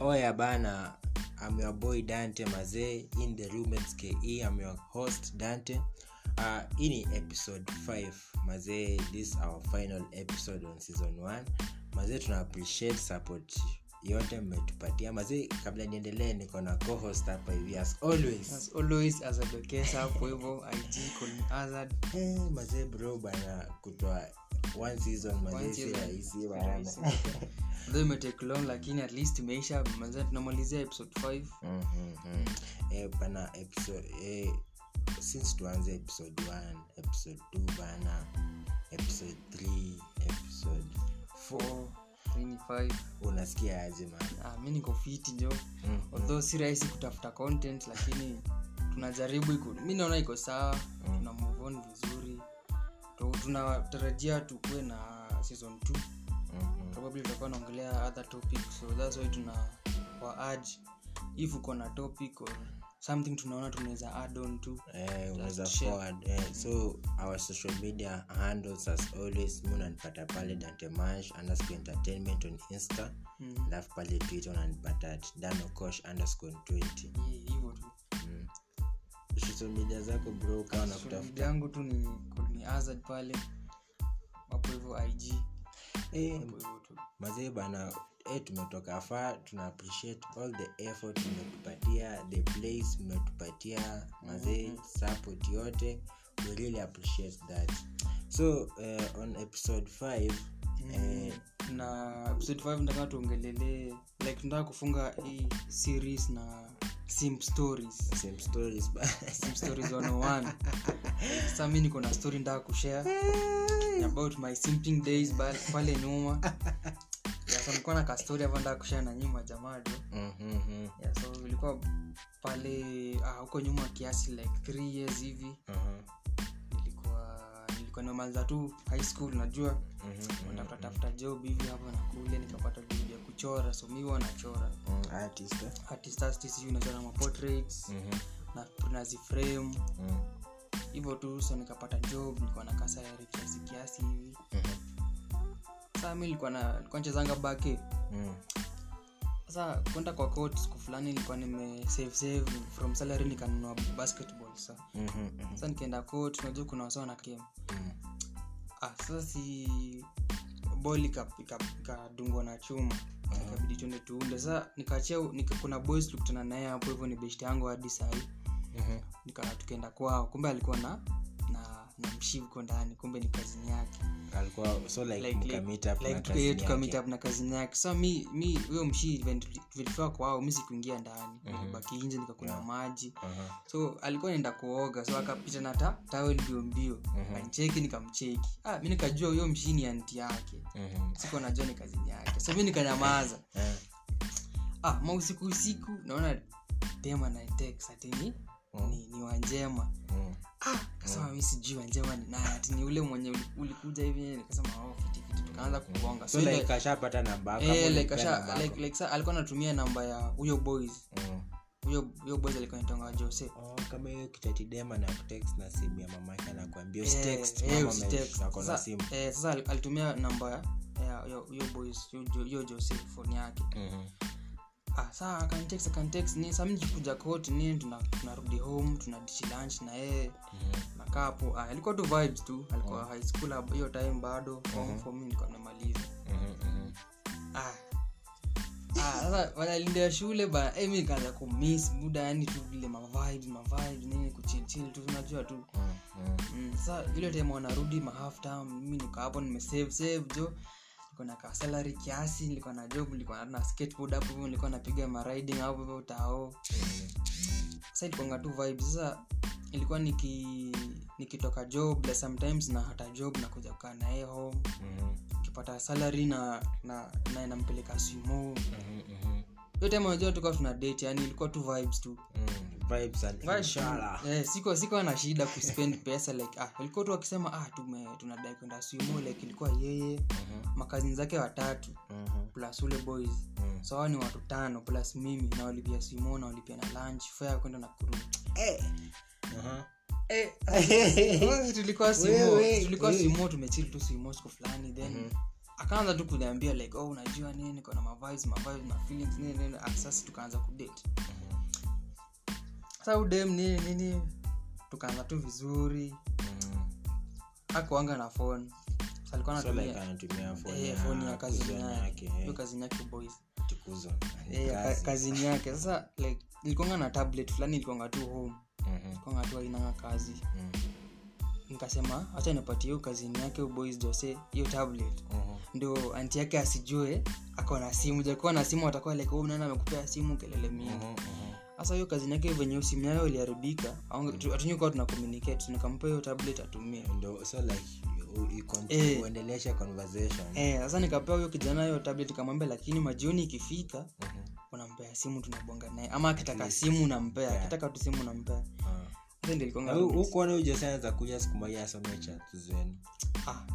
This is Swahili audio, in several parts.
oya Oh bana I'm your boy dante mazee in the roommates ke E, I'm your host dante uh, hii ni episode 5 mazee this our final episode on season 1 mazee tuna appreciate support yote mmetupatia mazee kabla niendelee niko na co-host hapa hivi as always As always azadokesa hapo hivyo ig Colin Hazard. Eh, mazee bro bana kutoa one season mazee One si season. rahisi Si bana rahisi. Though imetake long lakini at least imeisha manze tunamalizia episode 5 Mhm. Eh, bana episode eh, since tuanze episode 1 episode 2 bana episode 3 episode 4 4 3 5 unasikia aje man ah, mi niko fiti jo Mhm. although si rahisi kutafuta content lakini tunajaribu iko mi naona iko sawa Mm. tuna move on vizuri Tu- tunatarajia tukuwe na season 2 Mhm. probably tutakuwa naongelea other topics so that's why tuna wa urge if uko na topic or something tunaona tunaweza add on to Eh, unaweza share. forward eh, so our social media handles as always munanipata pale dantemash underscore entertainment on insta Mhm. alafu pale twitter unanipata at danocosh underscore 20 Ni hivyo tu social media zako bro kawa na Social media kutafuta yangu tu ni Colin Hazard pale hapo hivyo ig eh, hapo hivyo tu mazee bana eh, tumetoka faa tuna appreciate all the effort mmetupatia the place mmetupatia mazee support yote we really appreciate that so eh, on episode 5 eh, Mm, na episode 5 nataka tuongelelee like tunataka kufunga hii series na sim stories same stories but sim stories 101 sasa mi niko na story nataka kushare Mm. about my simping days ba- pale nyuma yeah, so nilikuwa na kastori hapa nataka kushare na nyuma jamaa do Mhm, yeah, so ilikuwa pale ah, huko nyuma kiasi like three years hivi mhm, nilikuwa nilikuwa nimemaliza tu high school najua mhm, unatafuta tafuta job hivi hapa na kule nikapata job ya kuchora so mi huwa nachora mhm, artist, eh? artist artist hivi nachora maportraits Mhm, na tunaziframe mhm, hivyo tu so nikapata job nilikuwa na kasa ya kiasi kiasi hivi mhm, saa mi nilikuwa na nilikuwa nachezanga bake mhm, sasa kwenda kwa court siku fulani nilikuwa nime save save from salary nikanunua basketball sa mhm, mhm, sasa nikaenda court unajua kuna wasawa na game mhm. ah, sasa si bol ikadungwa na chuma ikabidi tuende tuunde sasa nikaachia nika, kuna boys tulikutana naye hapo hivyo ni best yangu hadi sahii Mhm, nika tukaenda kwao kumbe alikuwa na na na mshivko ndani kumbe ni kazini yake alikuwa so like, Like- like- mkamita hapo na like kazini tukaye tukamit yake. up na kazini yake sa mi mi huyo mshi when tuli- tulifika kwao mi sikuingia ndani Mhm. nilibaki nje nikakuna maji Aha, so alikuwa naenda kuoga so akapita na ta tawel mbio mbio Mhm. kanicheki nikamcheki ah, mi nikajua huyo mshi ni anti yake mhm, sikuwa najua ni kazini yake so mi nikanyamaza eh, ah, mausiku usiku naona tema natekatini Mm. ni, ni wanjema mhm, ah, kasema mi sijui wanjema ni naye ati ni ule mwenye uli- ulikuja hivi nikasema oh, fiti fiti tukaanza kugonga so ile- like uh, ashapata namba yako, eh, hapo like, ulipea asha- namba yako. like, like, sa- alikuwa anatumia namba ya huyo boys Mhm. huyo huyo boys alikuwa nitonga jose Oh, kama hiyo kitatidema na kutext na simu ya mamake anakuambia Eh, usitext eh, mama usitext. ame- ako na Sasa- simu eh, sasa al- alitumia namba ya- ya ya huyo boys huyo Jo- huyo jose phone yake Mhm, Ah, saa akanitext akanitext ni saa mimi nikikuja court ni tuna- tunarudi home tuna dish lunch na yeye mhm, nakaa hapo ah, alikuwa tu vibes tu alikuwa Oh. high school hab- hiyo time bado Uh-huh. form four mimi nilikuwa namaliza mhm, mhm. ah Ah, sasa wanalindia shule ba eh, mimi nikaanza kumiss muda yani tu vile ma vibes ma vibes nini kuchill chill tu unajua tu Mhm, mhm. Mm, sasa ile time wanarudi ma half time mimi niko hapo nimesave save jo niko na ka salary kiasi nilikuwa na job nilikuwa na skateboard hapo hivyo nilikuwa napiga ma riding hapo hivyo tao sasa ilikuanga tu vibes sasa ilikuwa niki nikitoka job like sometimes na hata job na kuja kukaa naye home Mhm, nikipata salary na na na nampeleka simo mhm, mhm. hiyo time unajua tukawa tuna date yani ilikuwa tu vibes tu Mm, vibes and inshallah. Eh, siko siko na shida kuspend pesa like ah, ilikuwa tu akisema ah, tume tunadai kwenda sumo like ilikuwa yeye Mhm, makazini zake watatu mhm, plus ule boys mhm. so hawa ni watu tano plus mimi na walipia sumo na walipia na lunch fare ya kwenda na kurudi Aha. eh, tulikuwa sumo Wewe, tulikuwa wewe. Eh. Mhm. sumo tumechill tu sumo siku fulani then akaanza tu kuniambia like oh unajua nini niko na mavives mavives na feelings nini nini access tukaanza kudate sasa udem nini nini tukaanza tu vizuri Mm. hakuanga na phone Sasa alikuwa So, anatumia like, anatumia phone eh, ya phone ya kazini kuzona yake yake, eh, hiyo kazini yake boys tukuzo. eh, ka- Kazi. kazini yake sasa like ilikuanga na tablet fulani ilikuanga tu home Mhm, ilikuanga tu hainanga kazi mhm, nikasema hacha nipatie hiyo kazini yake huyo boys jose hiyo tablet mhm. ndio anti yake asijue ako na simu jakuwa na simu atakuwa like "Oh, nani amekupea simu kelele mingi Mhm, mhm. sasa hiyo kazini yake venye hiyo simu yayo iliharibika hatunyukawa tuna communicate nikampa hiyo tablet atumie Ndo- uh, so like u- you con- Eh. uendeleshe conversation Eh, sasa nikapewa huyo kijana hiyo tablet nikamwambia lakini majioni ikifika Mhm. unampea simu tunabonga naye ama akitaka simu unampea akitaka tu simu unampea Ah. Hiyo ndio ilikuwanga- Na hu- huku ana ujasanza kuja siku moja asome chats zenu Ah,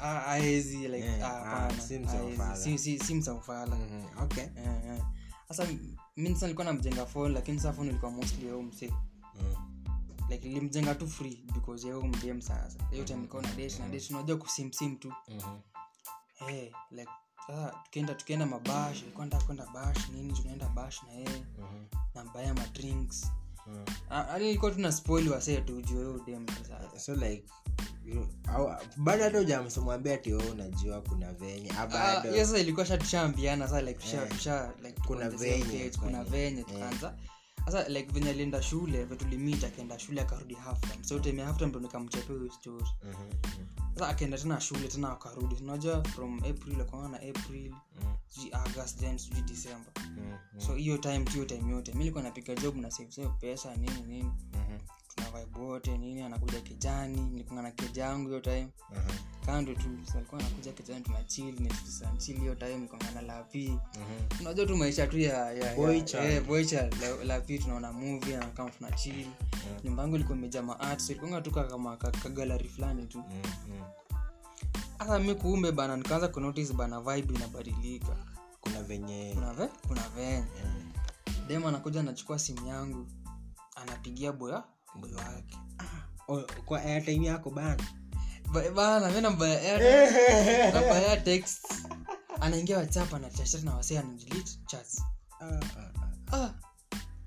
ah, haezi, like, Yeah, ah, ah, hapana, si msa haezi. ufala. Si- si- si msa ufala. Mhm, okay Eh, eh. sasa m- mi sasa nilikuwa namjenga phone lakini sasa phone ilikuwa mostly ya huyu msee Mhm, like nilimjenga tu free because ya huyu mdem sasa hiyo time nilikuwa na date Mm-hmm. na date unajua kusimsim tu mhm. eh like sasa tukienda tukienda mabash ilikuwa nataka kwenda bash nini tunaenda bash na yeye Mhm, nambaya madrinks mhm. Ah, yaani ilikuwa tu na spoil wasee tu juu ya huyo dem sasa so like you- au- bado hata ujamwambia ati wewe unajua kuna venye ah, Ah, bado Eh. hiyo sasa ilikuwa sha tushaambiana sasa like tusha tusha like tuko Kuna on the same venye, page, kuna kwenye. eh. venye tukaanza sasa like venye alienda shule vetulimit akaenda shule akarudi halftime so time ya halftime ndo nikamchapia hiyo story Mhm, mhm, sasa akaenda tena shule tena akarudi unajua from april akaona na april mhm, sijui august then sijui december mhm, so hiyo time tu hiyo time yote mi nilikuwa napiga job na save save pesa nini nini mhm, tuna vibe wote nini anakuja kijani nilikuwa na keja yangu hiyo time mhm, kando tu so alikuwa anakuja kijani tuna chill Netflix and chill hiyo time nilikuwa na lapi mhm. unajua tu maisha tu ya, ya, Boy ya, child. eh, boy child. La- la pili tunaona movie na kama tuna chill nyumba yangu ilikuwa imejaa maart so ilikuwanga tu ka- kama ka- kagalari fulani tu Mhm, mhm. hasa mi kuumbe bana nikaanza kunotice bana vibe inabadilika kuna venye kuna ve kuna venye eh, dem anakuja anachukua simu yangu anapigia boya boy wake o- oh, kwa airtime yako bana Ba- bana mi nambaya airtel, namba ya text anaingia whatsapp anachachat na wasee anadelete chats Ah, ah, ah. ah,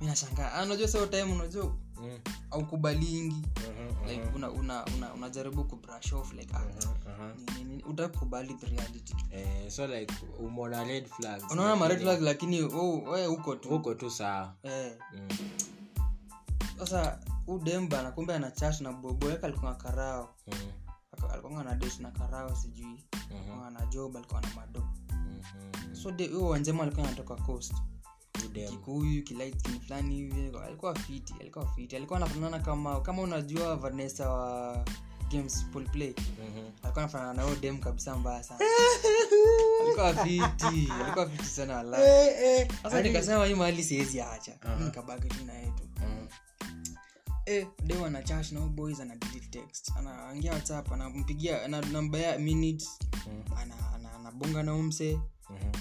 mi nashangaa Ah, unajua sio time unajua Mm, aukubalingi mhm, mhm, like una una una unajaribu kubrush off like ah, mhm, mhm. ni- ni- ni- utakubali the reality Eh, so like umeona red flags unaona ma red lakini flag lakini oh, wewe uko tu huko tu sawa Eh, Mm, sasa u demba anakumbe ana chat na bobo yake alikuwa na karao mhm, Aka- alikuwa na date na karao sijui mhm, alikuwa na job alikuwa na mado mhm. so de huo wanjema alikuwa anatoka coast Good dem. kikuyu kilight skin fulani hivi alikuwa fiti alikuwa fiti alikuwa anafanana kama kama unajua Vanessa wa games Paul play Mhm. alikuwa anafanana na huyo dem kabisa mbaya sana alikuwa fiti alikuwa fiti sana la sasa nikasema hii mahali siwezi acha Yaani Aha. nikabaki tu na yetu Mhm. eh dem ana charge na huyo boys ana delete text anaingia whatsapp anampigia ana namba ya minutes Mhm. ana ana- anabonga na umse Mhm.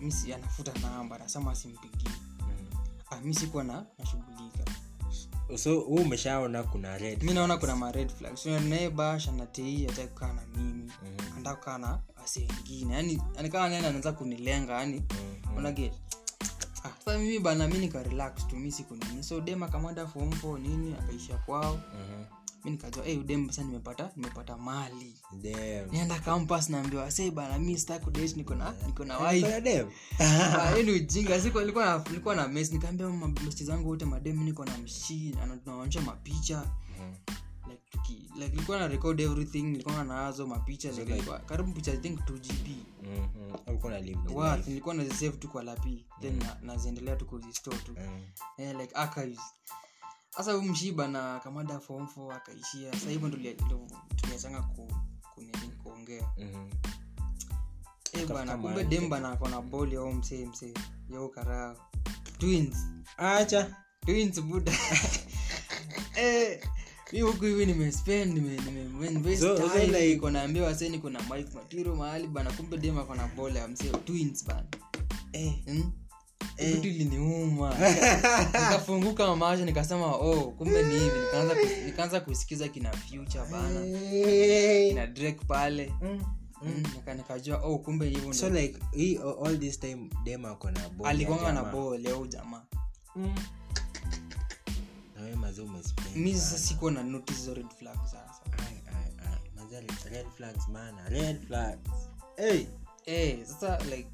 misi anafuta namba anasema asimpigie ah mimi sikuwa na nashughulika Mhm. so huu umeshaona kuna red mi naona kuna ma red flags so, naye bash anatei ataki kukaa na mimi Mhm. anataka kukaa na wasi wengine yani anakaa nani anaanza kunilenga yani Mhm. unaget Ah, sasa mimi bana mi nika relax tu mi siku nini so dem akamwenda form four nini akaisha kwao Mhm. mi nikajua hey, udem sasa nimepata nimepata mali Dem. nienda campus naambiwa sei bana mi sitaki kudate niko na niko na wife Kuna dem? Ah, hiyo ni ujinga siku nilikuwa na nilikuwa na mess nikaambia mabesti zangu wote madem niko na mshi anatunaonyesha mapicha Mhm. like tuki like ilikuwa na record everything nilikuwa nazo mapicha like, ilikuwa- karibu picha i think 2gb Mhm. Ulikuwa una live the Worth, life. nilikuwa nazisave tu kwa lapi then na- naziendelea tu kuzistore tu Mhm. eh, like archives sasa huyu mshiba na kamada form 4 akaishia sasa hivyo ndo lia- ndo tuliachanga ku kunini kuongea Mhm. eh bana kumbe mahali dem bana akona ball ya huyo msee msee ya huyo karao twins acha twins buda eh mi huku hivi nimespend nime- nime- nime- So- so time, like- niko naambiwa se niko na mike matiro mahali bana kumbe dem ako na bola ya msee twins bana Eh. hmm? vitu iliniuma nikafunguka mamasha nikasema oh kumbe ni hivi nikaanza kus- nikaanza kusikiza kina future bana Eh. kina drake pale Mhm. mm. nika- nikajua oh kumbe hivyo so like he, all this time dem ako na boy ya alikwanga na jamaa. boo leo jamaa Mm. na we mazee umespend mi sasa sikuwa na notice hizo red flag sasa Ai, ai, ai. Mazee, red flags bana, red flags. Hey. eh sasa like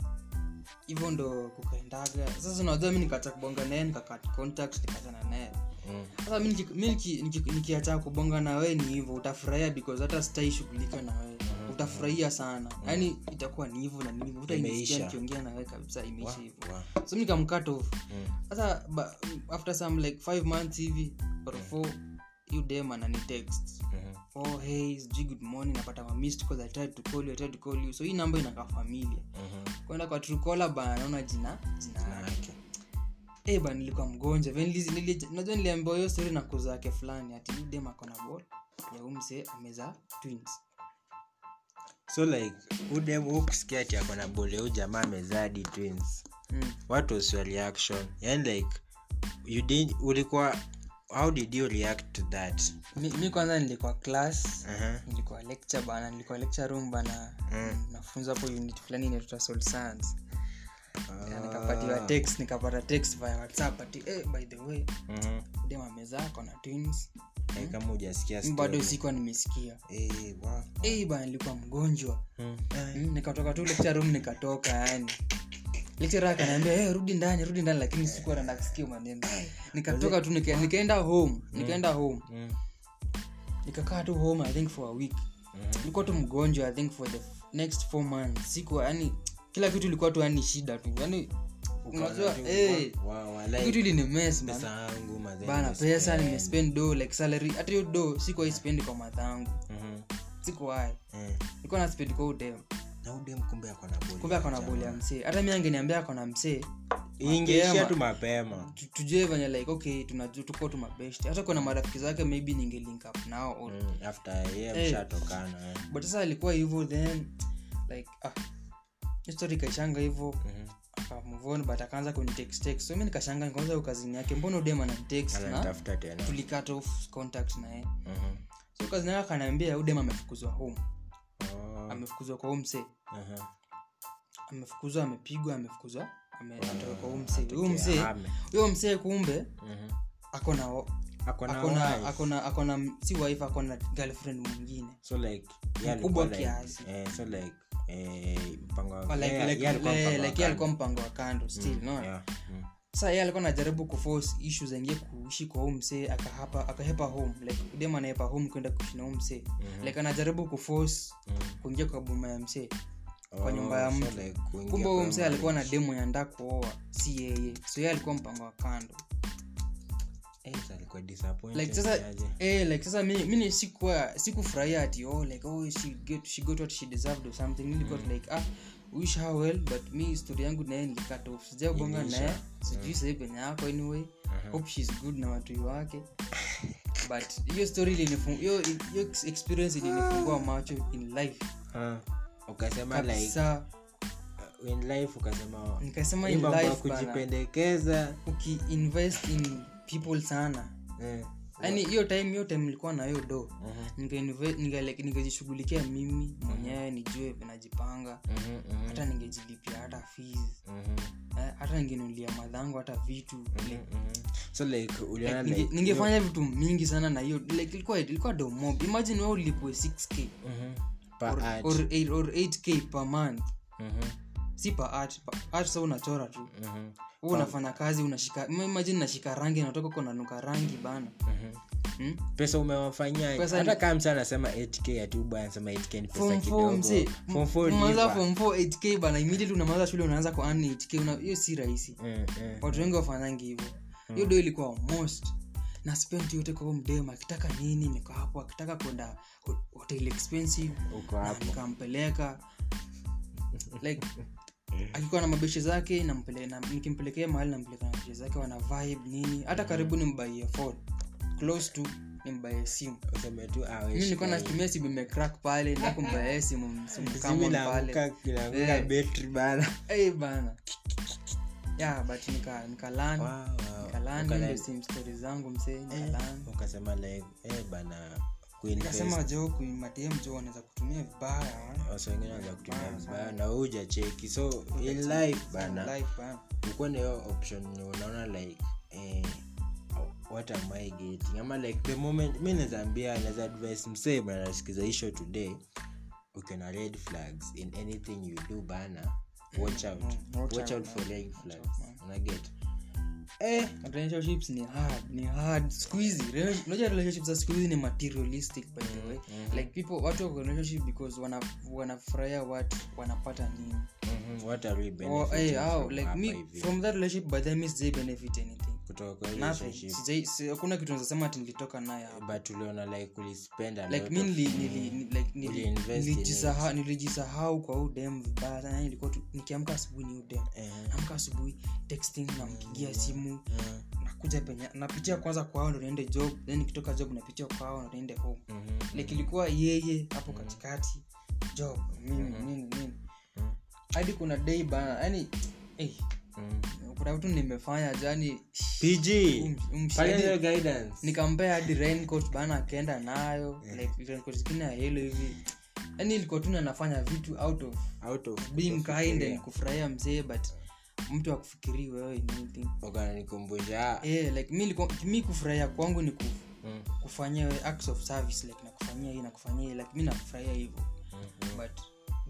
hivyo ndo kukaendaga sasa unajua mi nikacha kubonga naye nikakat contact nikachana naye Mm. sasa mi niki- mi niki- niki- nikiacha kubonga na wee ni hivyo utafurahia because hata sitai shughulika na wee utafurahia sana yaani itakuwa ni hivyo na nini utanisikia Mm. Imeisha. nikiongea na wee kabisa imeisha hivyo Wa- so mi nikamcut off Mm. sasa ba- after some like five months hivi or four hiyo dem anani text Mhm. oh hey sijui good morning napata ma missed calls i tried to call you i tried to call you so hii namba inakaa familia Mhm. kwenda kwa trukola bana naona jina jina Na yake. Eh bana nilikuwa mgonjwa Then nili- nili- unajua niliambiwa hiyo story na kuzo yake fulani ati huyu dem akona bol ya huyu mzee amezaa twins so like udem hukusikia ati ako na bole huu jamaa amezaa D twins mm. what was your reaction yani like you did ulikuwa how did you react to that mi, mi kwanza nilikuwa class uh-huh. nilikuwa lecture bana nilikuwa lecture room bana Mm. nafunza hapo unit fulani inaitwa soul science Na nikapatiwa uh, text nikapata text via whatsapp ati eh, by the way mhm. dem amezaa kona twins Eh, kama hujasikia Mi Mm-hmm. bado story. sikuwa nimesikia Eh, wa- eh bana nilikuwa mgonjwa Mm. mm, nikatoka tu lecture room nikatoka yani lecturer akaniambia hey, rudi ndani rudi ndani lakini sikuwa nataka kusikia maneno nikatoka tu nika, nikaenda home nikaenda home Mm. nikakaa tu home i think for a week nilikuwa tu mgonjwa i think for the f- next four months sikuwa yani kila kitu ilikuwa tu yani shida tu yani unajua Ukaona tu, eh, wa- wa- kitu like, ilinimes pesa yangu mazee bana nimesikia. pesa nimespend do like salary hata hiyo do sikuwa ispendi kwa madha yangu Mhm. sikuwahi Eh. nilikuwa na spend kwa udem na udem kumbe ako na bole kumbe akona Jamaa. boli ya msee hata mi angeniambia akona msee ingeishia mapema. tu mapema tu- tujue venye like okay tunajua tuko tu mabest hata kuna marafiki zake maybe ningelink up nao or- Mm, after ye Eh. mshatokana eh. but sasa alikuwa hivyo then like ah hiyo story ikaishanga hivyo Mhm. akamvon but akaanza kunitext so mi nikashanga nikaanza hiyo kazini yake mbona udem ananitext na anatafuta tena tulikat off contact naye Mhm. so kazini yake akaniambia udem amefukuzwa home Oh, amefukuzwa kwa umse mhm. amefukuzwa amepigwa amefukuzwa ame- ametoka kwa umse huyo msee Ame. huyo msee kumbe Mhm. akona wa- Akona akona wife. akona akona m- si wife akona girlfriend mwingine so like ye Mkubwa alikuwa like- kiasi. eh, so like eh, mpango wa- But like- ye- like- ye alikuwa like- mpango wa like yeye alikuwa kando. mpango wa kando still no Yeah. Mm. sasa yeye alikuwa anajaribu kuforce issues zaingie kuishi kwa huyu msee akahapa akahepa home like dem anahepa home kwenda kuishi na huyu msee Mm-hmm. like anajaribu kuforce Mm. kuingia kwa boma ya msee kwa Oh, nyumba ya so mtu. like kuingia kumbe kwa huyu msee nyumba. alikuwa na demu yandaa kuoa si yeye so yeye alikuwa mpango wa kando Eh, so alikuwa disappointed like sasa aje. eh, like sasa mi mi ni sikuwa sikufurahia ati oh like oh she get she got what she deserved or something nilikuwa tu like ah wish her well but mi story yangu naye nilikat off sijai bonga Imeisha. naye sijui sahii penye yako anyway hope she's good na watu wake but hiyo story ilinifungu- hiyo hiyo ex- experience ilinifungua macho in life Ah. ukasema like kabisa uh, in life ukasema nikasema hii in mambo ya life bana kujipendekeza ukiinvest in people sana eh. yaani hiyo time hiyo time nilikuwa nayo do Mhm. Ningeinve- ninge- like, ningejishughulikia mimi mwenyewe nijue vinajipanga Mhm, mhm, hata ningejilipia hata fees mhm, eh, hata ningenulia madhangu hata vitu like, mhm. so like uliona ninge- like ningefanya vitu mingi sana na hiyo like ilikuwa ilikuwa domob imagine wewe ulipwe 6k Mhm. per or, ad. or, eight- or 8k per month Mhm, si per art per art sa unachora tu mhm, wewe unafanya kazi unashika ma- imagine nashika rangi natoka uko nanuka rangi bana mhm. hmm? pesa umewafanyia Pesa hata kama msa anasema 8k atubwa anasema 8k ni pesa form four kidogo mzee Form four umeanza lipa. form four 8k bana immediately unamaliza shule unaanza kwa earn 8k una- hiyo si rahisi Eh, eh. watu wengi wafanyangi hivyo Hmm. hiyo do ilikuwa most na spend yote kwa huyo mdem akitaka nini niko hapo akitaka kwenda ho- hotel expensive Uko na hapo. nikampeleka like akikuwa na mabeshe zake nampele- na- nikimpelekea mahali nampeleka na mabeshe zake wana vibe nini Hmm. hata karibu nimbaie phone close to nimbaie simu Useme tu ah, mi wewe nilikuwa shika natumia simu imecrack pale nakumbaie simu simu hii. kama Simu pale inaanguka- inaanguka Eh. battery bana Eh, bana yeah but nika nikalan Wow, Eh. wow. nikalan Ukalala. ndo sim stories zangu msee nikalan ukasema like eh, bana kuinvest. Eh. nikasema jo kuimatm jo wanaweza kutumia vibaya wasa wengine wanaweza kutumia Mbaya sana. vibaya na wewe hujacheki so in life bana Life, bana. ukuwa na hiyo option yenye unaona like eh, what am i getting ama like the moment mi nazaambia naza advice msee bana nasikiza hisho today ukiona red flags in anything you do bana watch out Mm, watch watch out, out for man. red Watch out, flags man. unaget eh relationships ni hard ni hard siku hizi rela- unajua relationships za siku hizi ni materialistic by the way Mm-hmm. like people watu wako relationship because wana wanafurahia watu wanapata nini Mm-hmm. mhm, what are we or hey, benefiting how from like hapa me hivi? from that relationship by the way sijai benefit anything kutoka kwa nothing relationship Sijai- si- hakuna kitu nazasema ati nilitoka naye hapo but uliona like ulispend a like lot mi of nili- money. nili- ni- like, nili- Uliinvest in it. nilijisahau- nilijisahau kwa huu dem vibaya sana yani ilikuwa tu- nikiamka asubuhi ni huu dem Eh, amka asubuhi texting nampigia simu eh, nakuja penye napitia kwanza kwao ndo niende job then nikitoka job napitia kwao ndo niende home mhm, like ilikuwa yeye hapo katikati job nini nini nini hadi kuna day bana yani eh, mhm. kuna vitu nimefanya yaani, jani pg um, Pale shadi- ndio guidance nikampea hadi raincoat bana akaenda nayo like raincoat zingine ya yellow hivi yani ilikuwa tu nafanya vitu out of out of being kind and kufurahia mzee but mtu akufikirii wewe in anything ukananikumbusha eh like mi, nilikuwa- mi kufurahia kwangu ni ku, mm, kufanyia we- acts of service like nakufanyia hii nakufanyia hii like mi nakufurahia hivyo but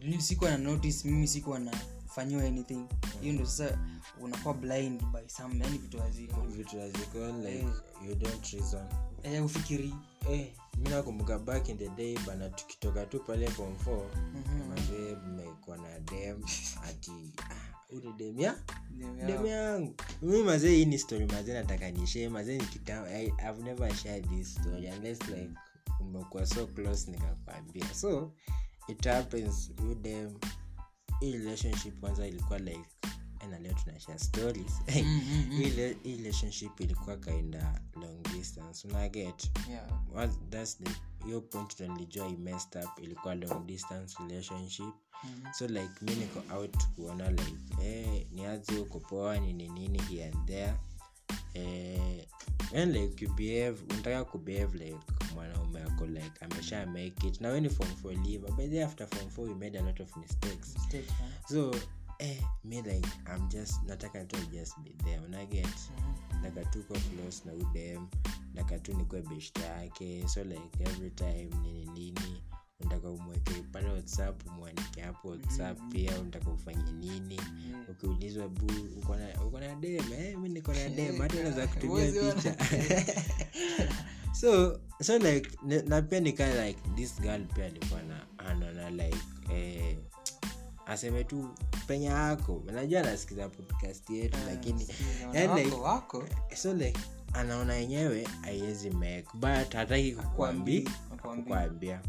really sikuwa na notice mimi sikuwa nafanyiwa anything hiyo ndo sasa unakuwa blind by some yani vitu haziko vitu haziko like you don't reason eh, ufikiri eh mi nakumbuka back in the day bana tukitoka tu pale form 4 mazee mmekuwa na dem ati ah, ule dem ya dem yangu mi mazee hii ni story mazee nataka nishe mazee nikita I, i've never shared this story unless like umekuwa so close nikakwambia so it happens huyu dem hii relationship kwanza ilikuwa like na leo tunashare stories Mm-hmm. Hii le- hii relationship ilikuwa kaenda long distance unaget Yeah. What- that's the hiyo point ndo nilijua i messed up ilikuwa long distance relationship Mhm. so like mi niko out kuona like eh, niaze uko poa nini nini here and there eh, and like you behave unataka kubehave like mwanaume ako like amesha make it na we ni form 4 liver by the after form 4 we made a lot of mistakes Mistake, eh. so eh, me like i'm just nataka tu just be there unaget nakatuko close na udem nakatu nikwe beshta yake so like every time nini nini unataka umweke pale whatsapp umwanike hapo whatsapp Mm-hmm. pia unataka ufanye nini ukiulizwa bu uko na- uko na dem eh, mi niko na dem hata unaweza kutumia Huwezi ona. picha so so like na- na pia nikaa like this girl pia alikuwa na anaona like eh, aseme tu penya yako najua anasikiza podcast yetu lakini yaani Sikiza, yani wako- like- Yaani wako so like anaona yenyewe aiwezi make but hataki kukuambi- Hakuambii. kukuambia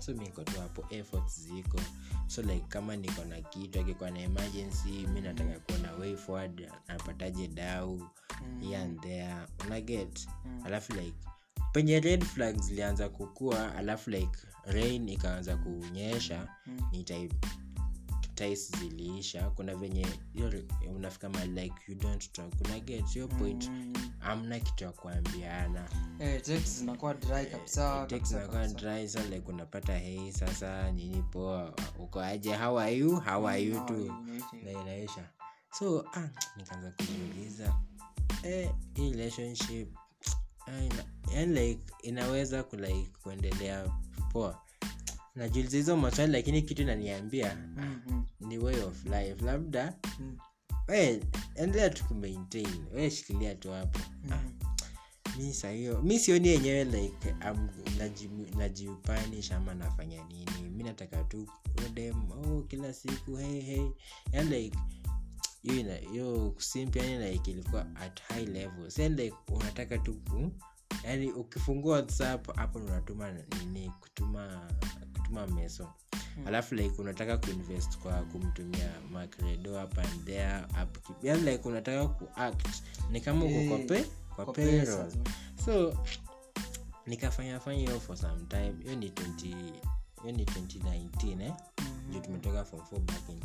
so mi niko tu hapo efforts ziko so like kama niko na kitu akikuwa na emergency mi nataka kuona way forward napataje dau Mm. here and there unaget Yaani, alafu like penye red flag zilianza kukua alafu like rain ikaanza kunyesha Mm. ni type ties ziliisha kuna venye hiyo re- unafika mahali like you don't talk una get your point Mm. amna kitu ya kuambiana Eh, text zinakuwa dry kabisa Text kabisa, inakuwa kabisa. Eh, dry, so like unapata hei sasa nini poa uko aje how are you how are you Mm, How are you? too Unaitwa- na inaisha so ah, nikaanza kujiuliza eh, hii relationship ah, ina- yani like inaweza kulike kuendelea poa najiuliza hizo maswali lakini kitu inaniambia ah, Mhm. ni way of life labda Mm. we endelea tu kumaintain we shikilia tu hapo Mhm. mi sahiyo mi sioni yenyewe like um, najiupanish ama nafanya nini mi nataka tu odem oh, kila siku hey, hey. yani like hiyo ina- hiyo kusimpi yani like ilikuwa at high level sen like unataka tu ku yani ukifungua whatsapp hapo ndo unatuma nini kutuma kutuma meso alafu like unataka kuinvest kwa kumtumia macredo hapa and there upkeep. yani like unataka kuact ni kama uko kwa Eh, pe kwa Kwa payroll pesa tu. so nikafanya fanya hiyo for some time hiyo ni 20 hiyo ni 2019 eh? Mhm. juu tumetoka form 4 back in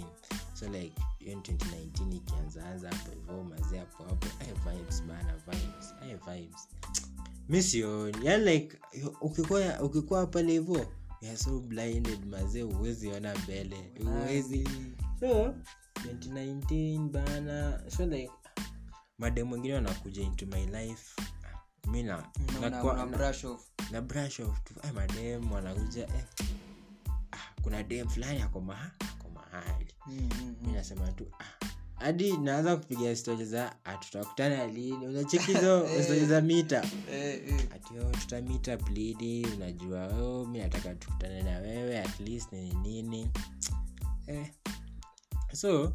2018 so like hiyo ni 2019 ikianzaanza hapo hivyo mazee hapo hapo eh, vibes bana vibes eh, vibes mi sioni yani like yo- ukikuwa ukikuwa pale hivo youare so blinded mazee huwezi ona mbele huwezi so 2019 bana so like madem wengine wanakuja into my life mi na, Una- una- nakuwa- una brush off. na brush off tu ay madem wanakuja eh. ah, kuna dem fulani ako maha ako mahali Mm, mm, mi mm. nasema tu ah, hadi naanza kupiga stori za "Ah, tutakutana lini unachekizo stori za mita Eh, eh. ati "Oh, tutamita plidi unajua oh, mi nataka tukutane na wewe at least nini nini eh. so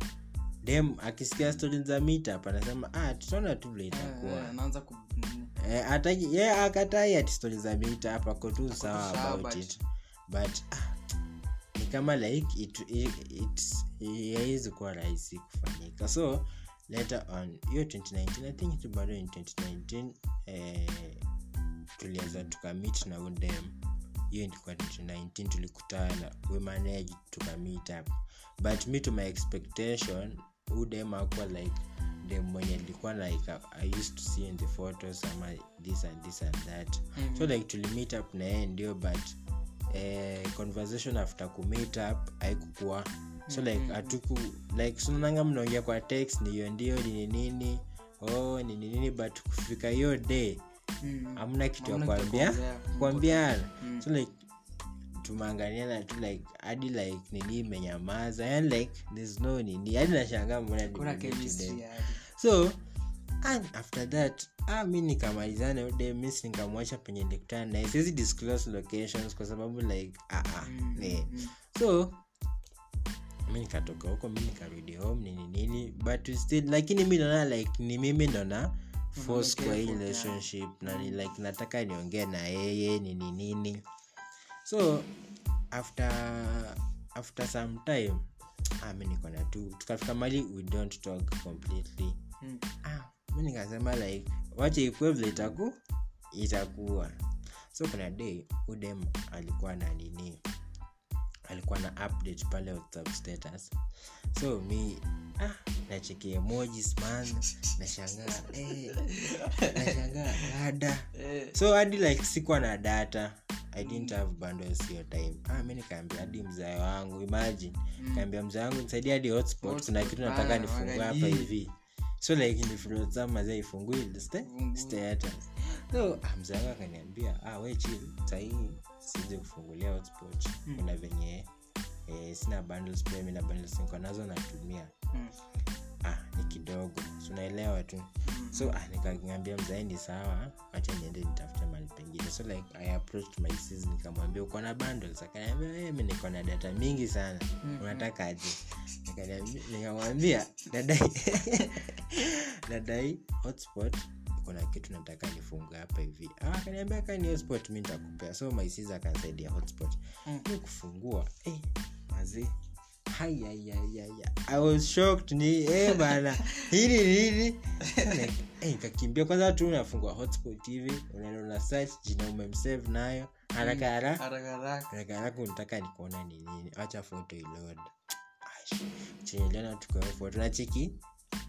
dem akisikia stori za mita panasema ah, tutaona tu vile itakuwa Eh, anaanza ku- nini. Eh, hataki- yeye akatai ati stori za mita hapa ako tu sawa sawa, about but- it but ah, ni kama like it, it, it, haiwezi kuwa rahisi kufanyika so later on hiyo 2019 i think tu bado in 2019 eh, tuliweza tukamit na udem hiyo ilikuwa 2019 tulikutana we manage tukamit up but me to my expectation udem akuwa like dem mwenye ilikuwa like i used to see in the photos ama this and this and that Mm. so like tulimeet up na yeye ndio but eh, conversation after kumeet up haikukuwa so Mm-hmm. like hatuku like sunananga mnaongea kwa text ni hiyo ndio nini nini oh nini nini but kufika hiyo day Mm. hamna kitu ya Hamna kitu kuambia ya kuongea. kuambiana Mm. so like tumeangaliana tu like hadi like nini imenyamaza yani like there's no nini hadi nashangaa mbona kuna nimemeet them chemistry yaani. so and after that ah, mi nikamalizana ude mis nikamwacha penye nilikutana naye siwezi disclose locations kwa sababu like ah, ah, Mm, ne. mm. so mi nikatoka huko mi nikarudi home nini nini but we still lakini mi naona like ni mimi ndona force kwa hii effort, yeah. relationship na ni like nataka niongee na yeye nini nini so after after some time ah, mi nikona tu tukafika mali we don't talk completely Mm. ah, mi nikasema like wacha ikue vile itaku itakuwa so kuna day udem alikuwa na nini alikuwa na update pale whatsapp status so mi ah, nacheki emojis man nashangaa eh, nashangaa dada Eh, so hadi like sikuwa na data i didn't have bundles hiyo time ah, mi nikaambia hadi mzae wangu imagine kaambia mzae wangu nisaidie hadi hotspot kuna Mm. Hotspot, kitu nataka ah, nifungue hapa angalie." hivi so like nifulozamaza ifungui Fungue. status so ah, mzae wangu akaniambia ah, we chill sahii siwezi kufungulia hotspot Mm. kuna venye eh, sina bundles pia mi na bundles niko nazo natumia mm. ah, ni kidogo so unaelewa tu so ah, nikaambia mzae ni sawa wacha niende nitafute mali pengine so like i approached my sis nikamwambia uko na bundles akaniambia hey, mi niko na data mingi sana unataka aje Nikaniambi- nikamwambia dadai dadai hotspot kuna kitu nataka nifungue hapa hivi Ah, akaniambia kani hotspot mi nitakupea so my sis akanisaidia hotspot Mm. mi kufungua eh, mazee Hai, hai, hai, hai, hai. I was shocked ni eh, bana hili nini Like, eh, nikakimbia kwanza tu unafungua hotspot hivi unaenda una search jina umemsave nayo haraka haraka mm. Haraka haraka. haraka haraka unataka nikuona ni nini acha foto iload Ash. chenye jana tukawa foto nachiki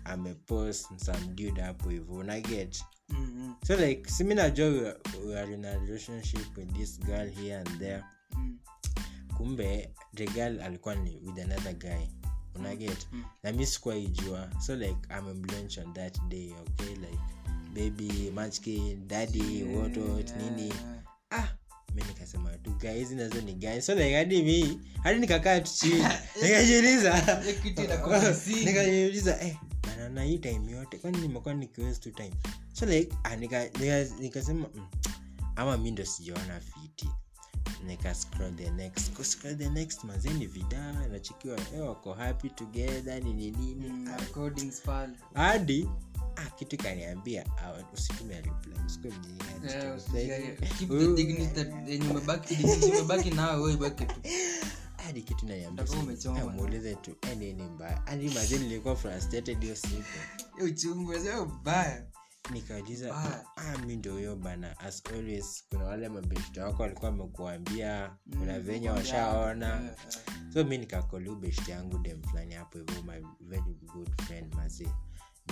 amepost some dude hapo hivyo unaget Mm, mm, so like simi najua we are- we are in a relationship with this girl here and there mm, kumbe the girl alikuwa ni with another guy unaget mm. na mi sikuwaijua so like amemlaunch on that day okay like baby machkin daddy Yeah, what what yeah, nini yeah. ah mi nikasema tu guys hizi nazo ni guys so like hadi mi hadi nikakaa tu chini nikajiuliza Hiyo kitu inakuwa msingi. nikajiuliza eh bana na hii time yote kwani nimekuwa nikiwaste tu time so like ah, nika- nika- nikasema mm, ama mi ndo sijaona fiti nika scroll the next Ku- scroll the next mazeni vidaa nachikiwa eh, wako happy together nini nini Mm, Ah, recordings pale. hadi ah, kitu ikaniambia ah, usitumia reply usikue mjinga, Eh, usitumie- usijali. Keep the dignity eh, that- yenye umebaki- dignity umebaki nayo, wewe ibaki tu. hadi kitu inaniambia Utakuwa sasa, umechoma. eh, muulize tu eh, nini mbaya hadi mazeni nilikuwa frustrated hiyo siku Hiyo uchungu, sio mbaya. nikauliza Ah. ah, mi ndo huyo bana as always kuna wale mabeshta wako walikuwa wamekuambia kuna Mm, venye yeah, washaona yeah, yeah. so mi nikakoli ubeshti yangu dem fulani hapo hivyo my very good friend mazee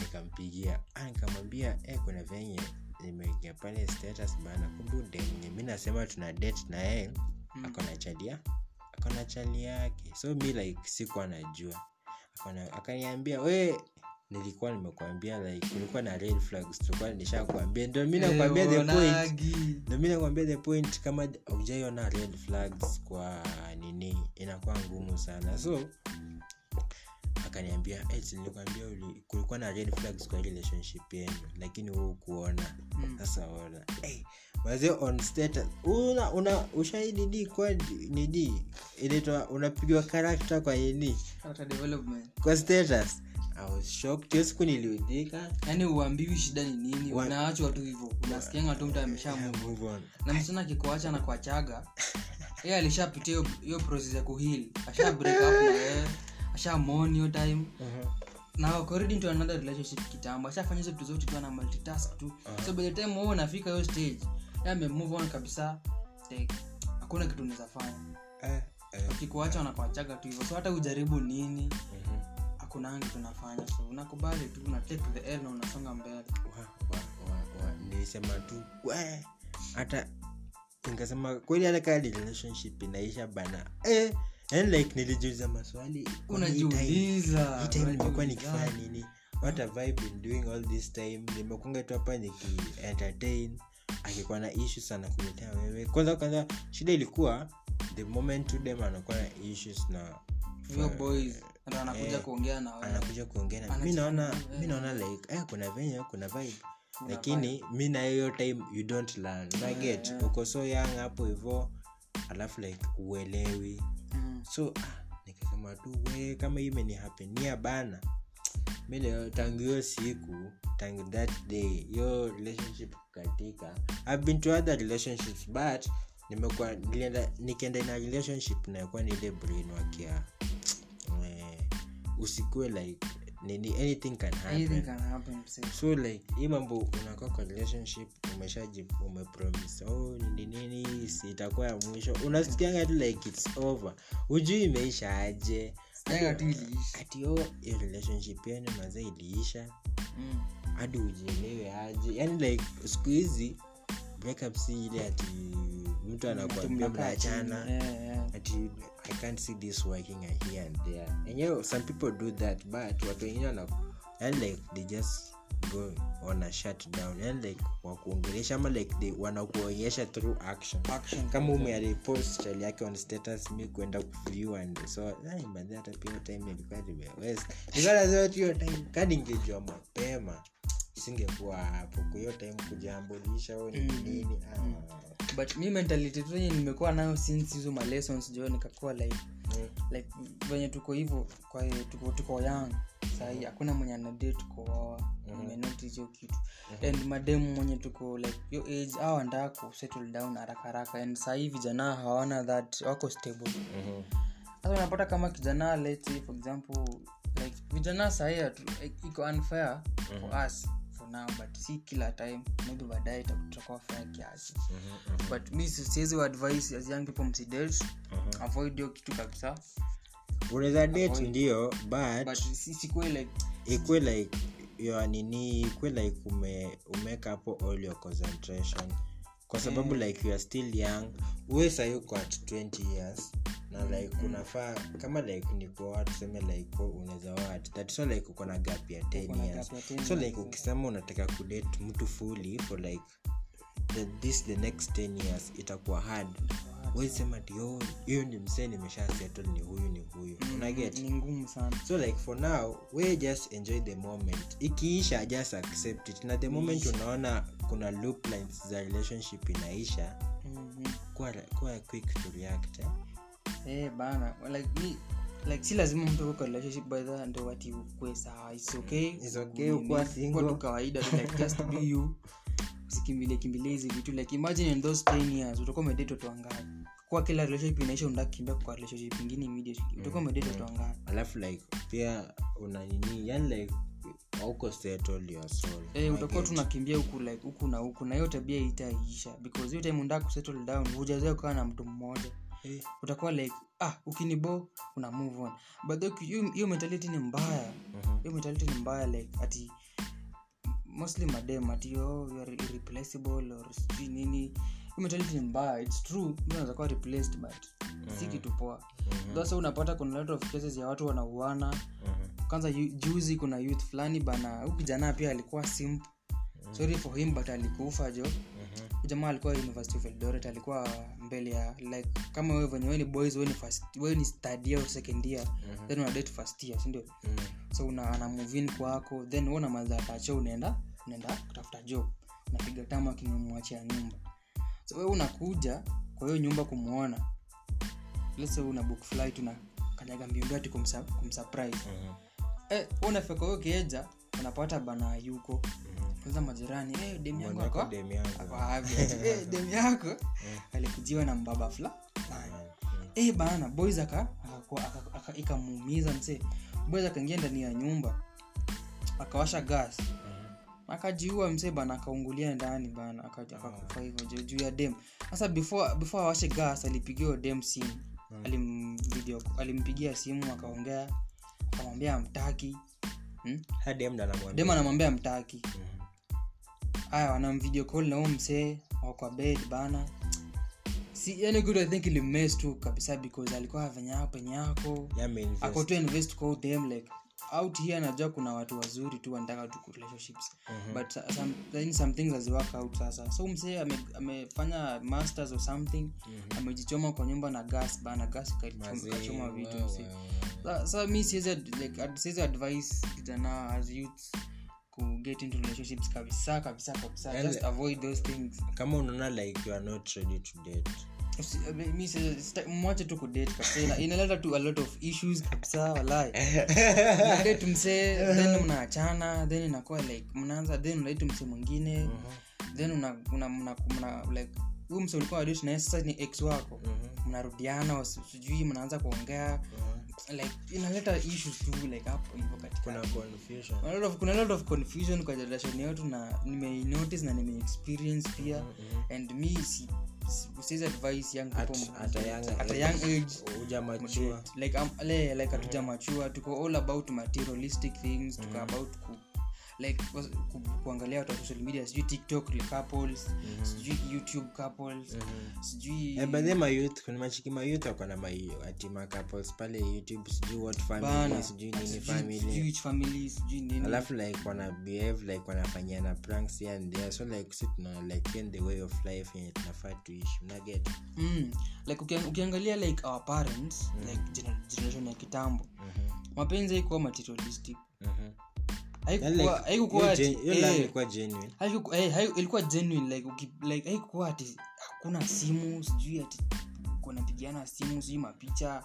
nikampigia ah, nikamwambia eh, kuna venye nimewekea pale status bana kumbe denye mi nasema tuna date na yeye Mm. akona chalia akona chali yake so mi like sikuwa najua Akona- akaniambia we nilikuwa nimekuambia like kulikuwa na red flags tulikuwa nishakuambia ndio mi nakwambia the point Ewanagi. ndio mi nakwambia the point kama ujaiona red flags kwa nini inakuwa ngumu sana so akaniambia "Eti nilikwambia uli- kulikuwa na red flags kwa relationship yenu lakini huu kuona Mm. sasa ona hey, wazee on status una, una ushaididi kwa nidi inaitwa unapigwa karakta kwa nini Character development. kwa status i was shocked hiyo siku niliudhika yaani uambiwi shida ni nini Wa- unaachwa tu hivyo unasikianga tu mtu ameshamu move on na msichana akikuacha na kuachaga yeye alishapitia hiyo- hiyo proses ya kuhil asha break up na wewe ashamon hiyo time na according to another relationship kitambo ashafanya hizo vitu zote tu ana multitask tu Ah. so by the time wewe unafika hiyo stage yeye amemove on kabisa like, hakuna kitu unaweza fanya Eh, eh, akikuacha wanakuachaga tu hivyo so hata ujaribu nini mhm. hakunanga kitu unafanya so unakubali tu una take the L na unasonga mbele Wa- wa- wa- wa- nilisema tu "We, hata nikasema kweli hata kaa ni relationship inaisha bana eh, and like nilijiuliza maswali kwa hii time- unajiuliza hii time nimekuwa unajiuliza. nikifanya nini what have i been doing all this time nimekunga tu hapa niki entertain akikuwa na issue sana kuletea wewe kwanza kwanza shida ilikuwa the moment tu dem anakuwa na issues na hiyo boys ndo anakuja eh, kuongea na wewe anakuja kuongea na mi Anacheka naona na wewe. mi naona like eh, kuna venye kuna vibe Kuna lakini mi na hiyo time you don't learn na get uko so young hapo hivo alafu like uelewi Mm. so ah, nikasema tu we kama hii imenihapenia bana mi leo tangu hiyo siku tangu that day hiyo relationship kukatika I've been to other relationships but nimekuwa nilienda nikienda na relationship nakuwa ni ile brain wakia eh, usikue like nini anything can happen Anything can happen, msee. so like hii mambo unakaa kwa relationship umeshaji umepromise oh nini nini si itakuwa ya mwisho unasikianga tu like its over hujui imeisha aje Sikianga tu iliisha. ati oh, hiyo relationship yenu mazee iliisha Mm. hadi ujielewe aje yani like siku hizi breakup si ile ati mtu anakuambia Mnakaa mnaachana chini. Eh, eh. ati i can't see this working and here and there enyewe some people do that but watu wengine wana and like they just go on a shut down and like wakuongelesha ama like they wanakuonyesha through action Action. kama umearipost chali yake on status mi kuenda kuview and so ai, manze hata pia hiyo time ilikuwa nimewest nikanazoa hiyo time kadi ingejua mapema singekuwa hapo kwa hiyo time kujambulisha au ni nini ah. but mi mentality tu yenye nimekuwa nayo since hizo ma lessons jo nikakuwa like Mm. like venye tuko hivyo kwa tuko, tuko young sahii hakuna mwenye anade tukoa nimenotice hiyo kitu and mademu mwenye tuko like yo age au andaa kusettle down haraka haraka and sahii vijana hawana that wako stable Mhm. sasa unapata kama kijana let's say for example like vijana sahii hatu- like, iko unfair for us for now but si kila time maybe baadaye itaku- tutakuwa fair kiasi Mhm. Uh-huh. but mi si- siwezi waadvise as young people msidate Mhm. avoid hiyo kitu kabisa unaweza date ndio but but si- sikuwe like ikwe like ya nini ikwe like ume, umeka hapo all your concentration kwa sababu like you are still young uwe sahi uko at 20 years na like unafaa kama like nikoa tuseme like wewe unaweza oa at that so like uko na gap ya 10 na years gap ya 10 so like ukisema unataka kudate mtu fully for like the, this the next 10 years itakuwa hard wesema tio hiyo ni msee nimesha settle ni huyu ni huyu unaget Mm, ni ngumu sana so like for now we just enjoy the moment ikiisha just accept it na the moment unaona kuna loop lines za relationship inaisha Mhm. kuwa, kuwa quick to react eh? Eh, bana like mi like si lazima mtu akuwe kwa relationship by the ndo ati ukue sawa its okay Mm. It's okay, Ni- ni- kuwa kuwa single. tu kawaida tu, like just be you usikimbilie kimbilie hizi vitu like imagine in those 10 years utakuwa umedate watu wangapi kwa kila relationship inaisha unataka kukimbia kwa relationship ingine immediately utakuwa umedate watu wangapi alafu like pia una nini yani like auko settle your soul Eh, utakuwa tunakimbia huku like huku na huku na hiyo tabia itaiisha because hiyo time unataka kusettle down hujazoea kukaa na mtu mmoja Eh. utakuwa like ah ukinibo una move on but though ki- hiyo hiyo mentality ni mbaya hiyo mentality ni mbaya like ati mostly madem ati "Oh, you are irreplaceable or sijui nini Hiyo mentality ni mbaya its true mtu anaweza kuwa replaced but si kitu poa sasa unapata kuna lot of cases ya watu wanauana Mm-hmm, kwanza yu- juzi kuna youth fulani bana huyu kijana pia alikuwa simp sorry for him but alikufa jo Huyu jamaa alikuwa university of eldoret alikuwa mbele ya like kama wewe venye wewe ni boys wewe ni first wewe ni third year au second year then una date first year si ndio mm-hmm, so una ana move in kwako then wewe unamaliza atacho unaenda unaenda kutafuta job unapiga tama kimemwachia nyumba so wewe unakuja kwa hiyo nyumba kumuona let's say una book flight una kanyaga mbiungati kumsa, kumsurprise mm-hmm. eh, unafika huyo kieja unapata bana yuko kwanza majirani eh, demu yangu Mwanako ako- dem yangu. ako avya." Eh, demu yako alikujiwa na mbaba fula eh, bana boys aka- akakuwa- aka- aka- ikamuumiza msee boys akaingia ndani ya nyumba akawasha gas akajiua msee bana akaungulia ndani bana aka- akakufa hivyo juu juu ya dem sasa before before awashe gas alipigiwa dem simu Alim, video, alimpigia simu akaongea akamwambia amtaki hmm? hadi mda anamwambia dem anamwambia mtaki Mm-hmm. aya wanamvideo call na huyo msee wakwa bed bana si yani good i think ilimmes tu kabisa because alikuwa venye hapo penye yako yameinvest ako tu invest kwa them like out here najua kuna watu wazuri tu wanataka tu ku- relationships but so- some, then some things haziwork out sasa so msee ame- amefanya masters or something amejichoma kwa nyumba na gas bana gas ika- ikachoma vitu msee Sa- sa mi siwezi ad- like, ad- siwezi advise vijana as youths ku get into relationships kabisa kabisa kabisa Yaani- just avoid those things kama unaona like you are not ready to date Usi- eh, mi siwezi- sita- mwache tu kudate kabisa Ina- inaleta tu a lot of issues kabisa walai Mm-hmm. date msee Uh-huh. then mnaachana then inakuwa like mnaanza then unaita msee mwingine Uh-huh. then una, una, mna, mna, like huyu msee ulikuwa wadate naye sasa ni ex wako mnarudiana wasi- sijui mnaanza kuongea like inaleta issues tu like hapo hivyo katika Mm-hmm. kuna confusion A lot of- kuna lot of confusion kwa generation yetu na nimeinotice na nimeexperience pia Mm-hmm. and me si, si, siwezi advise young At- people at a young at a age. young age uja machua like um, le, like hatuja machua tuko all about materialistic things tuko Mm. about ku, like was- ku, kuangalia watu wa social media sijui tiktok like, couples Mm-hmm. sijui youtube couples sijui badhi mayouth kuna machiki mayouth wako na ma- ati ma couples pale youtube sijui what family bana sijui nini sijui- family sijui which family sijui nini alafu like wana behave like wanafanyiana pranks here and there so like si tuna like in the way of life yenye tunafaa tuishi mnaget mm. like ukian- ukiangalia like our parents Mm-hmm. like gener- generation ya kitambo mapenzi haikuwa materialistic Mm-hmm. Yaani, Haikuwa- haikuwa ati- eh, ilikuwa genuine haiku- eh, hai- ilikuwa genuine like uki, like haikuwa ati hakuna simu sijui ati kunapigiana simu sijui mapicha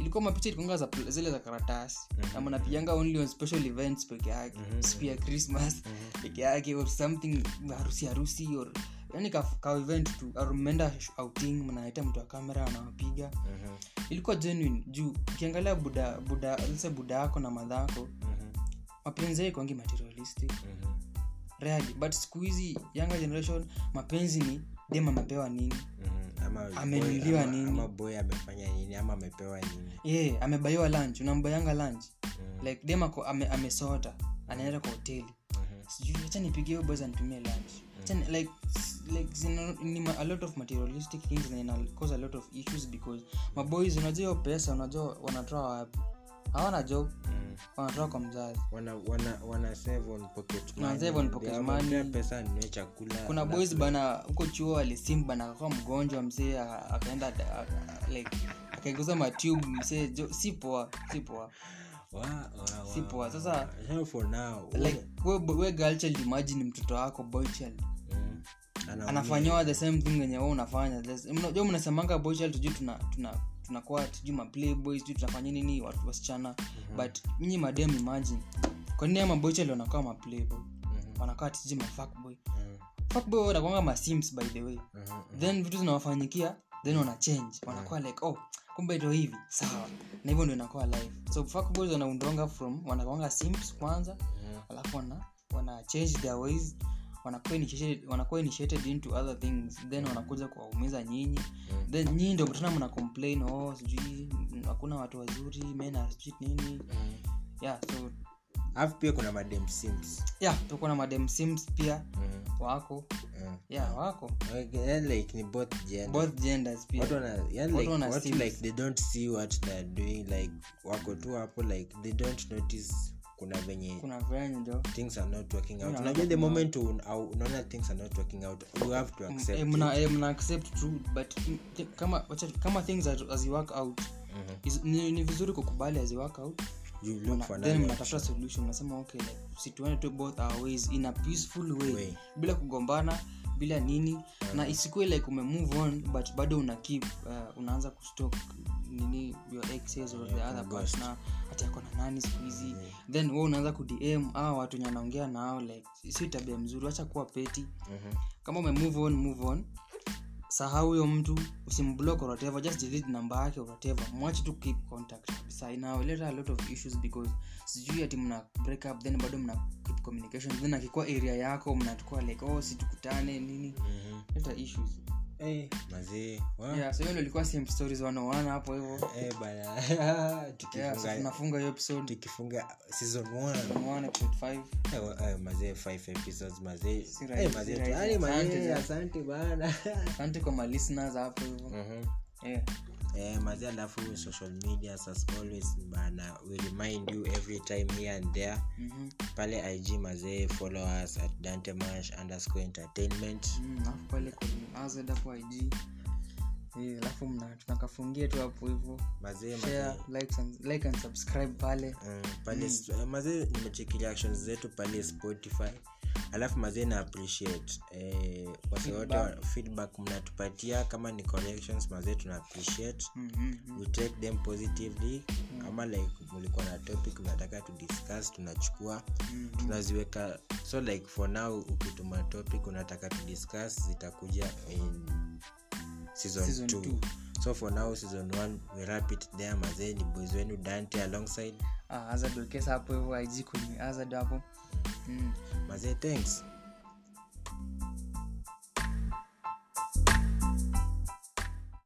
ilikuwa mapicha ilikuanga za pl- zile za karatasi na mnapigianga only on special events peke yake siku ya christmas peke yake or something harusi harusi or yani ka, ka event tu or mmeenda sh- outing mnaita mtu wa kamera anawapiga Mhm, ilikuwa genuine juu ukiangalia buda buda lise buda yako na madhako mhm, mapenzi yao ikwangi materialistic rarely but siku hizi younger generation mapenzi ni dem amepewa nini Mhm, ama boy- Amenunuliwa ama- nini? ama boy amefanya nini ama amepewa nini ye yeah, amebaiwa lunch unambayanga lunch like dem ako ame, amesota anaenda kwa hoteli sijui acha nipigie huyo boys anitumie lunch Acha ni- like s- like zina- ni ma- a lot of materialistic things na ina cause a lot of issues because maboys unajua hiyo pesa unajua wanatoa wapi hawana job wanatoa kwa mzazi wana wana wana save on pocket Wana money. save on They pocket have money. wanapea pesa nunue chakula kuna na- boys bana huko chuo alisim bana akakuwa mgonjwa msee a- akaenda da- a- a- like akaiguza matube msee jo- si poa si poa Wa- wa- wa- si poa sasa So for now like we, we girl child imagine mtoto wako boy child mm, ana- anafanyiwa the same thing enye we unafanya There's- mna- jo mnasemanga boy child sijui tuna tuna tunakuwa sijui maplayboy sijui tunafanya nini watu wasichana but nyinyi madem imagine kwa nini ama boy child wanakuwa maplayboy wanakuwa sijui mafuckboy Mhm, fuckboy wanakuanga masims by the way mhm. then vitu zinawafanyikia then wana change wanakuwa like oh kumbe ndo hivi sawa na hivyo ndo inakuwa life so fuckboys wanaundonga from wanakuanga simps kwanza alafu wana wana change their ways wanakuwa initiated, wanakuwa initiated into other things then wanakuja kuwaumiza nyinyi then nyinyi ndio mtana mna complain oh sijui m- hakuna watu wazuri men are sijui nini yeah so alafu Mm. pia kuna madem sims yeah tuko na madem sims pia mm. wako mm. yeah wako Okay, yani like ni both gender both genders pia watu wana yani Watu like, wana watu sims. like they don't see what they're doing like wako tu hapo like they don't notice kuna venye kuna venye jo things are not working out Yeah, unajua the kuna- moment un- au- unaona things are not working out you have to accept Eh, mna eh, mna accept true but mm, thi- kama wacha- kama things are- hazi work out Mhm. is- ni, ni vizuri kukubali hazi work out you look Mna- for then another mnatafuta solution nasema okay like, si tuende tu both our ways in a peaceful way, Way. bila kugombana bila nini na isikuwe like ume move on but bado una keep uh, unaanza kustok nini your exes or the other partner hata yako na nani siku hizi then wewe unaanza kudm aa ah, watu wenye anaongea nao like si tabia mzuri wacha kuwa peti Mhm. kama ume move on move on sahau huyo mtu usimblock or whatever just delete namba yake or whatever mwache tu keep contact kabisa inaoleta a lot of issues because sijui ati mna break up then bado mna keep communication then akikuwa area yako mnatukua like oh situkutane nini Mhm. leta issues Eh, mazee wa- yeah so hiyo ndio ilikuwa same stories 101 hapo hivyo eh, bana yeah so tukifunga tunafunga hiyo episode tukifunga season one 1 episode 5 Eh, wa- eh, mazee five episodes mazee Si Eh, rahisi, mazee si tu- rahisi. yaani mazee, Asante, asante bana asante kwa my listeners hapo hivyo Mhm. yeah Eh, mazee alafu social medias as always bana we remind you every time here and there mhm pale ig mazee follow us at dantemash underscore entertainment Mm, alafu pale kwenye azad hapo ig Eh, alafu mna- tunakafungia tu hapo hivo mazee mazee share like and, like and subscribe pale Mm, pale mm. mazee nimecheki reactions zetu pale spotify alafu mazee na appreciate eh, wase wote wa- feedback mnatupatia kama ni corrections mazee tuna appreciate mm, mm, mm. we take them positively ama like mulikuwa na topic mnataka to discuss tunachukua Mm. tunaziweka so like for now ukituma topic unataka to discuss zitakuja in season Season 2 two. so for now season 1 we wrap it there mazee ni boys wenu dante alongside Ah, azad wekesa hapo hivo ig kwenye azad hapo mm. mazee thanks